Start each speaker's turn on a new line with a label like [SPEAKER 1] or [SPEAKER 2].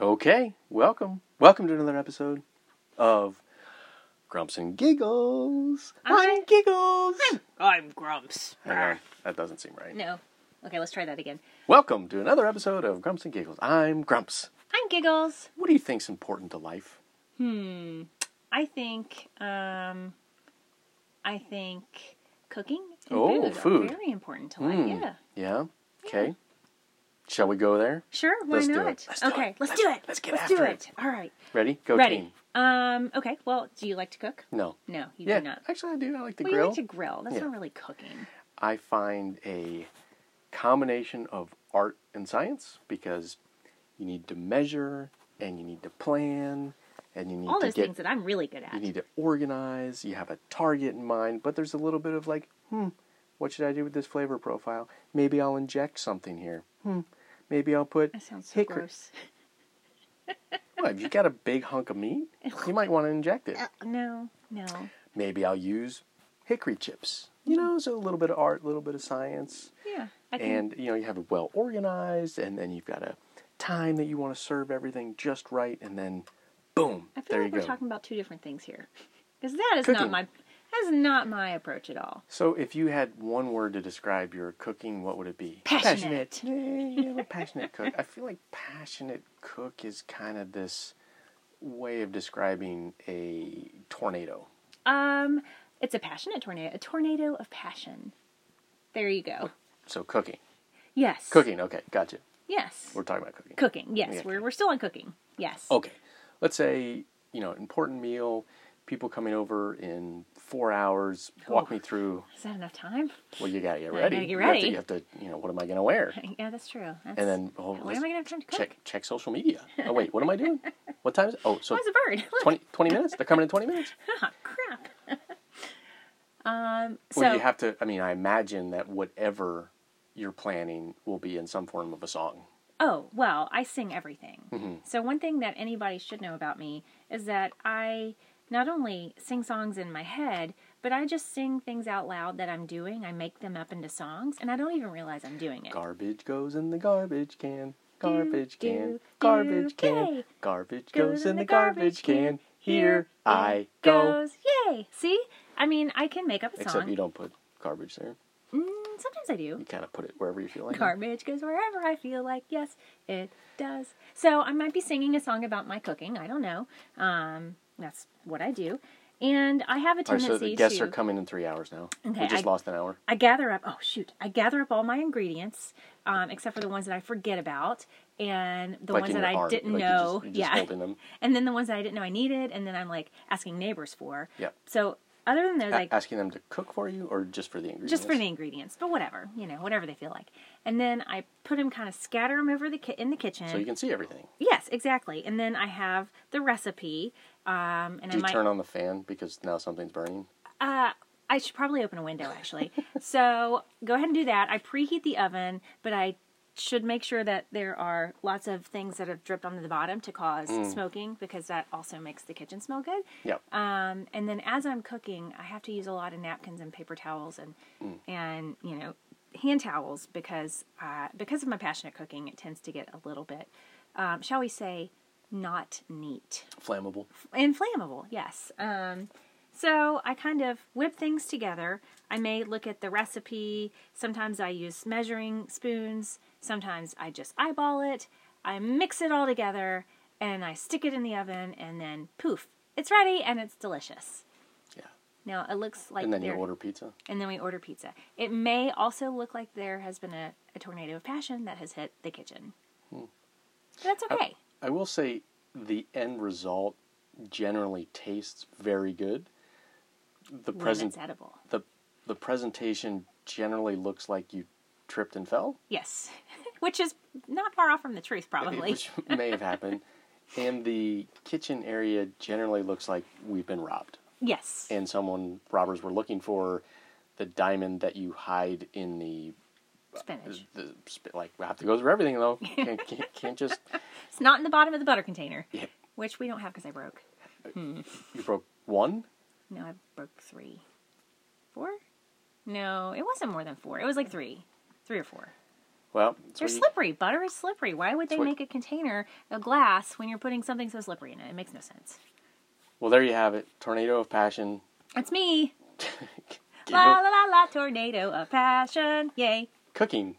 [SPEAKER 1] Okay, welcome. Welcome to another episode of Grumps and Giggles. I'm
[SPEAKER 2] I-
[SPEAKER 1] Giggles.
[SPEAKER 2] Hmm. I'm Grumps.
[SPEAKER 1] Hang on, that doesn't seem right.
[SPEAKER 2] No. Okay, let's try that again.
[SPEAKER 1] Welcome to another episode of Grumps and Giggles. I'm Grumps.
[SPEAKER 2] I'm Giggles.
[SPEAKER 1] What do you think's important to life?
[SPEAKER 2] Hmm. I think, um, I think cooking and
[SPEAKER 1] Oh,
[SPEAKER 2] food,
[SPEAKER 1] food.
[SPEAKER 2] are very important to life.
[SPEAKER 1] Hmm,
[SPEAKER 2] Yeah.
[SPEAKER 1] Yeah. Okay. Shall we go there?
[SPEAKER 2] Sure, why
[SPEAKER 1] Let's do it.
[SPEAKER 2] not?
[SPEAKER 1] Let's do
[SPEAKER 2] okay,
[SPEAKER 1] it.
[SPEAKER 2] let's do it.
[SPEAKER 1] Let's get
[SPEAKER 2] let's
[SPEAKER 1] after
[SPEAKER 2] do
[SPEAKER 1] it.
[SPEAKER 2] it. All right.
[SPEAKER 1] Ready? Go
[SPEAKER 2] Ready.
[SPEAKER 1] team.
[SPEAKER 2] Um, okay, well, do you like to cook?
[SPEAKER 1] No.
[SPEAKER 2] No, you
[SPEAKER 1] yeah.
[SPEAKER 2] do not.
[SPEAKER 1] Actually, I do. I like to
[SPEAKER 2] well,
[SPEAKER 1] grill.
[SPEAKER 2] you like to grill. That's
[SPEAKER 1] Yeah.
[SPEAKER 2] not really cooking.
[SPEAKER 1] I find a combination of art and science because you need to measure and you need to plan and you need
[SPEAKER 2] All
[SPEAKER 1] to
[SPEAKER 2] those
[SPEAKER 1] get
[SPEAKER 2] things that I'm really good
[SPEAKER 1] you
[SPEAKER 2] at.
[SPEAKER 1] need to organize, you have a target in mind, but there's a little bit of like, hmm, what should I do with this flavor profile? Maybe I'll inject something here. Hmm. Maybe I'll put
[SPEAKER 2] That sounds so
[SPEAKER 1] hickory.
[SPEAKER 2] gross.
[SPEAKER 1] Well, if you got a big hunk of meat, you might want to inject it.
[SPEAKER 2] Uh, No, no.
[SPEAKER 1] Maybe I'll use hickory chips. You know, so a little bit of art, a little bit of science.
[SPEAKER 2] Yeah. I can,
[SPEAKER 1] and you know you have it well organized and then you've got a time that you want to serve everything just right and then boom
[SPEAKER 2] I feel
[SPEAKER 1] there
[SPEAKER 2] like
[SPEAKER 1] you
[SPEAKER 2] we're
[SPEAKER 1] go
[SPEAKER 2] talking about two different things here, because that is
[SPEAKER 1] Cooking.
[SPEAKER 2] not my that is not my approach at all.
[SPEAKER 1] so if you had one word to describe your cooking what would it be
[SPEAKER 2] Passionate.
[SPEAKER 1] passionate yeah, yeah, I'm a passionate cook i feel like passionate cook is kind of this way of describing a tornado
[SPEAKER 2] Um, it's a passionate tornado, a tornado of passion. There you go.
[SPEAKER 1] so cooking
[SPEAKER 2] Yes.
[SPEAKER 1] cooking okay gotcha
[SPEAKER 2] Yes.
[SPEAKER 1] we're Oh. talking about cooking
[SPEAKER 2] cooking. Yes,
[SPEAKER 1] Yeah.
[SPEAKER 2] we're we're still on cooking. Yes.
[SPEAKER 1] Okay. Let's say, you know, important meal, people coming over in four hours. Walk
[SPEAKER 2] Oh.
[SPEAKER 1] me through
[SPEAKER 2] Is that enough time?
[SPEAKER 1] well you gotta get
[SPEAKER 2] gotta
[SPEAKER 1] ready.
[SPEAKER 2] get
[SPEAKER 1] You
[SPEAKER 2] ready.
[SPEAKER 1] have to you, have to, you know, what am I gonna wear?
[SPEAKER 2] Yeah, that's true. That's,
[SPEAKER 1] And then oh,
[SPEAKER 2] when
[SPEAKER 1] let's
[SPEAKER 2] am I gonna have time to cook?
[SPEAKER 1] check check social media. Oh wait, what am I doing? What time is it? Oh, so
[SPEAKER 2] Why's a bird? Look,
[SPEAKER 1] 20, 20 minutes? They're coming in twenty minutes?
[SPEAKER 2] ah, crap. um. So
[SPEAKER 1] Well you have to I mean, I imagine that whatever you're planning will be in some form of a song.
[SPEAKER 2] Oh, well, I sing everything.
[SPEAKER 1] Mm-hmm.
[SPEAKER 2] So, one thing that anybody should know about me is that I not only sing songs in my head, but I just sing things out loud that I'm doing. I make them up into songs, and I don't even realize I'm doing it.
[SPEAKER 1] Garbage goes in the garbage can. Garbage
[SPEAKER 2] Do,
[SPEAKER 1] can.
[SPEAKER 2] do,
[SPEAKER 1] Garbage
[SPEAKER 2] do.
[SPEAKER 1] can.
[SPEAKER 2] Yay.
[SPEAKER 1] Garbage goes in the garbage can. Here I go.
[SPEAKER 2] goes. Yay! See? I mean, I can make up a
[SPEAKER 1] Except
[SPEAKER 2] song.
[SPEAKER 1] you don't put garbage there.
[SPEAKER 2] Mm, Sometimes I do.
[SPEAKER 1] You kind of put it wherever you feel like. it.
[SPEAKER 2] Garbage goes wherever I feel like. Yes, it does. So I might be singing a song about my cooking. I don't know. Um, that's what I do. And I
[SPEAKER 1] All
[SPEAKER 2] have a
[SPEAKER 1] right,
[SPEAKER 2] tendency
[SPEAKER 1] so the guests
[SPEAKER 2] to.
[SPEAKER 1] are coming in three hours now. we
[SPEAKER 2] Okay,
[SPEAKER 1] just
[SPEAKER 2] I-
[SPEAKER 1] lost an hour.
[SPEAKER 2] I gather up. Oh shoot! I gather up all my ingredients, um, except for the ones that I forget about, and the
[SPEAKER 1] like
[SPEAKER 2] ones
[SPEAKER 1] in
[SPEAKER 2] that
[SPEAKER 1] your
[SPEAKER 2] I
[SPEAKER 1] arm.
[SPEAKER 2] didn't
[SPEAKER 1] like
[SPEAKER 2] know.
[SPEAKER 1] You're just, you're just
[SPEAKER 2] yeah,
[SPEAKER 1] holding them.
[SPEAKER 2] and then the ones that I didn't know I needed, and then I'm like asking neighbors for.
[SPEAKER 1] Yep.
[SPEAKER 2] So other than those,
[SPEAKER 1] A-
[SPEAKER 2] I
[SPEAKER 1] asking them to cook for you or just for the ingredients?
[SPEAKER 2] just for the ingredients, but whatever you know, whatever they feel like, and then I put them kind of scatter them over the ki- in the kitchen.
[SPEAKER 1] So you can see everything.
[SPEAKER 2] Yes, exactly. And then I have the recipe, um,
[SPEAKER 1] Do
[SPEAKER 2] and I
[SPEAKER 1] you
[SPEAKER 2] might.
[SPEAKER 1] turn on the fan because now something's burning?
[SPEAKER 2] Uh, I should probably open a window actually. so go ahead and do that. I preheat the oven, but I should make sure that there are lots of things that have dripped onto the bottom to cause
[SPEAKER 1] Mm.
[SPEAKER 2] smoking because that also makes the kitchen smell good.
[SPEAKER 1] Yep.
[SPEAKER 2] Um, and then as I'm cooking, I have to use a lot of napkins and paper towels and
[SPEAKER 1] Mm.
[SPEAKER 2] and you know hand towels because uh, because of my passionate cooking, it tends to get a little bit, um, shall we say, not neat
[SPEAKER 1] Flammable.
[SPEAKER 2] inflammable yes um, so i kind of whip things together i may look at the recipe sometimes i use measuring spoons sometimes i just eyeball it i mix it all together and i stick it in the oven and then poof it's ready and it's delicious
[SPEAKER 1] Yeah.
[SPEAKER 2] now it looks like
[SPEAKER 1] And then you
[SPEAKER 2] there-
[SPEAKER 1] order pizza.
[SPEAKER 2] and then we order pizza it may also look like there has been a, a tornado of passion that has hit the kitchen
[SPEAKER 1] Hmm.
[SPEAKER 2] But that's okay
[SPEAKER 1] I will say the end result generally tastes very good. The
[SPEAKER 2] when
[SPEAKER 1] present
[SPEAKER 2] it's edible
[SPEAKER 1] the the presentation generally looks like you tripped and fell,
[SPEAKER 2] Yes, which is not far off from the truth, probably.
[SPEAKER 1] which may have happened. And the kitchen area generally looks like we've been robbed,
[SPEAKER 2] yes,
[SPEAKER 1] and someone robbers were looking for the diamond that you hide in the uh,
[SPEAKER 2] spinach.
[SPEAKER 1] the sp- like. I have to go through everything though. Can't, can't, can't just
[SPEAKER 2] It's not in the bottom of the butter container,
[SPEAKER 1] Yeah.
[SPEAKER 2] which we don't have because I broke.
[SPEAKER 1] you broke one.
[SPEAKER 2] No, I broke three, four. No, it wasn't more than four. It was like three, three or four.
[SPEAKER 1] Well, that's
[SPEAKER 2] They're
[SPEAKER 1] what you-
[SPEAKER 2] slippery. Butter is slippery. Why would they
[SPEAKER 1] what-
[SPEAKER 2] make a container, a glass, when you're putting something so slippery in it? It makes no sense.
[SPEAKER 1] well, there you have it. Tornado of passion.
[SPEAKER 2] It's me.
[SPEAKER 1] Give
[SPEAKER 2] La
[SPEAKER 1] it-
[SPEAKER 2] la la la tornado of passion. Yay.
[SPEAKER 1] cooking.